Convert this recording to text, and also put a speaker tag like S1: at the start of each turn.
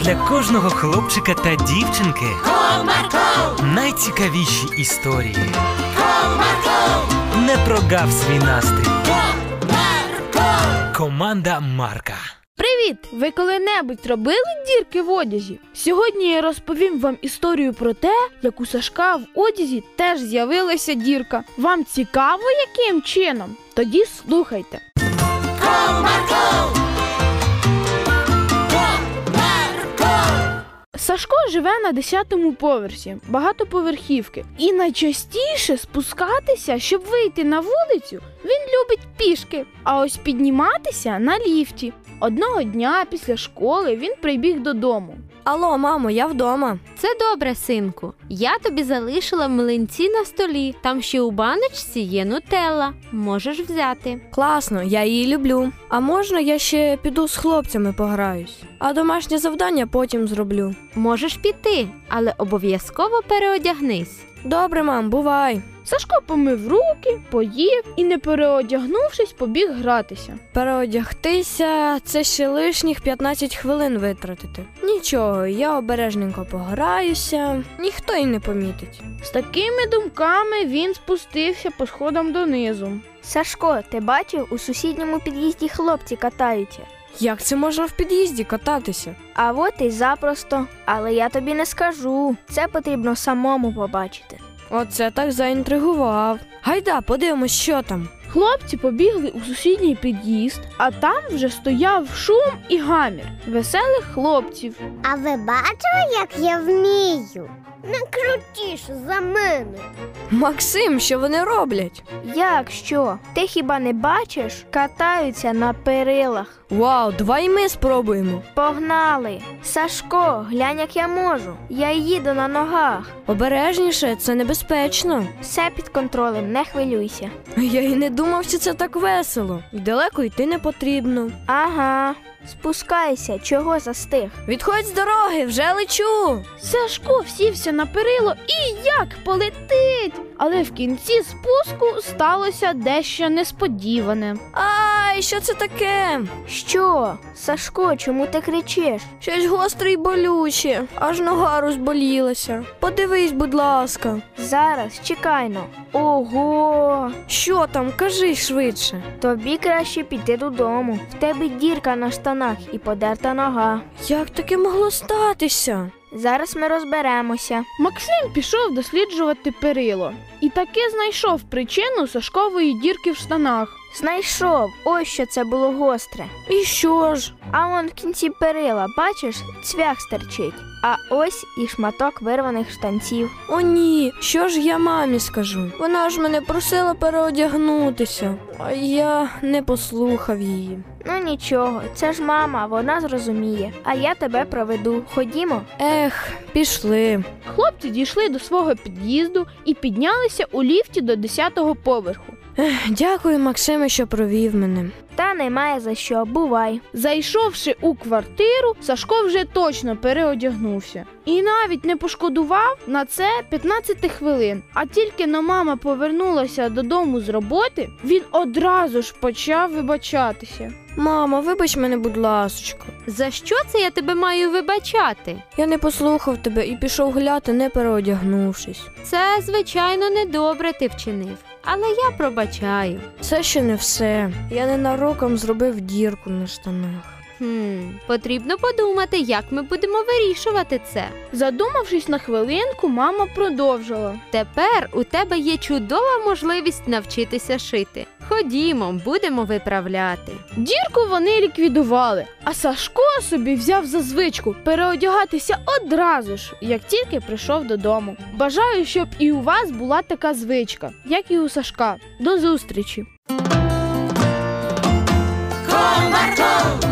S1: для кожного хлопчика та дівчинки
S2: Comarco,
S1: найцікавіші історії.
S2: Comarco,
S1: Не прогав свій настрій.
S2: Comarco,
S1: Команда Марка.
S3: Привіт! Ви коли-небудь робили дірки в одязі? Сьогодні я розповім вам історію про те, як у Сашка в одязі теж з'явилася дірка. Вам цікаво, яким чином? Тоді слухайте.
S2: Comarco, Comarco,
S3: Сашко живе на 10-му поверсі, багатоповерхівки, і найчастіше спускатися, щоб вийти на вулицю, він любить пішки, а ось підніматися на ліфті. Одного дня після школи він прибіг додому.
S4: Алло, мамо, я вдома.
S5: Це добре, синку. Я тобі залишила млинці на столі. Там ще у баночці є нутелла. Можеш взяти.
S4: Класно, я її люблю. А можна я ще піду з хлопцями пограюсь, а домашнє завдання потім зроблю.
S5: Можеш піти, але обов'язково переодягнись.
S4: Добре, мам, бувай.
S3: Сашко помив руки, поїв і, не переодягнувшись, побіг гратися.
S4: Переодягтися це ще лишніх 15 хвилин витратити. Нічого, я обережненько пограюся, ніхто й не помітить.
S3: З такими думками він спустився по сходам донизу.
S6: Сашко, ти бачив, у сусідньому під'їзді хлопці катаються.
S4: Як це можна в під'їзді кататися?
S6: А от і запросто. Але я тобі не скажу. Це потрібно самому побачити.
S4: Оце так заінтригував. Гайда, подивимось, що там.
S3: Хлопці побігли у сусідній під'їзд, а там вже стояв шум і гамір веселих хлопців.
S7: А ви бачили, як я вмію? Не крутіше за мене.
S4: Максим, що вони роблять?
S6: Як що? Ти хіба не бачиш? Катаються на перилах.
S4: Вау, давай і ми спробуємо.
S6: Погнали! Сашко, глянь, як я можу. Я їду на ногах.
S4: Обережніше, це небезпечно.
S6: Все під контролем, не хвилюйся.
S4: Я й не думав, що це так весело. І далеко йти не потрібно.
S6: Ага, спускайся, чого застиг?
S4: Відходь з дороги, вже лечу.
S3: Сашко всівся на перило і як полетить. Але в кінці спуску сталося дещо несподіване.
S4: Ай, що це таке?
S6: Що? Сашко, чому ти кричиш?
S4: Щось гостре й болюче, аж нога розболілася. Подивись, будь ласка.
S6: Зараз чекайно. Ого!
S4: Що там, кажи швидше.
S6: Тобі краще піти додому. В тебе дірка на штанах і подерта нога.
S4: Як таке могло статися?
S6: Зараз ми розберемося.
S3: Максим пішов досліджувати перило і таки знайшов причину Сашкової дірки в штанах.
S6: Знайшов, ось що це було гостре.
S4: І що ж?
S6: А вон в кінці перила, бачиш, цвях стерчить. А ось і шматок вирваних штанців.
S4: О ні, що ж я мамі скажу? Вона ж мене просила переодягнутися, а я не послухав її.
S6: Ну нічого, це ж мама, вона зрозуміє. А я тебе проведу. Ходімо.
S4: Ех, пішли.
S3: Хлопці дійшли до свого під'їзду і піднялися у ліфті до 10-го поверху.
S4: Дякую, Максиме, що провів мене.
S6: Та немає за що, бувай.
S3: Зайшовши у квартиру, Сашко вже точно переодягнувся і навіть не пошкодував на це 15 хвилин. А тільки но мама повернулася додому з роботи, він одразу ж почав вибачатися.
S4: Мама, вибач мене, будь ласочка.
S5: За що це я тебе маю вибачати?
S4: Я не послухав тебе і пішов гуляти, не переодягнувшись.
S5: Це, звичайно, недобре ти вчинив, але я пробачаю.
S4: Це ще не все. Я ненароком зробив дірку на штанах.
S5: Хм, потрібно подумати, як ми будемо вирішувати це.
S3: Задумавшись на хвилинку, мама продовжила.
S5: Тепер у тебе є чудова можливість навчитися шити. Ходімо, будемо виправляти.
S3: Дірку вони ліквідували, а Сашко собі взяв за звичку переодягатися одразу ж, як тільки прийшов додому. Бажаю, щоб і у вас була така звичка, як і у Сашка. До зустрічі!
S2: Comarco,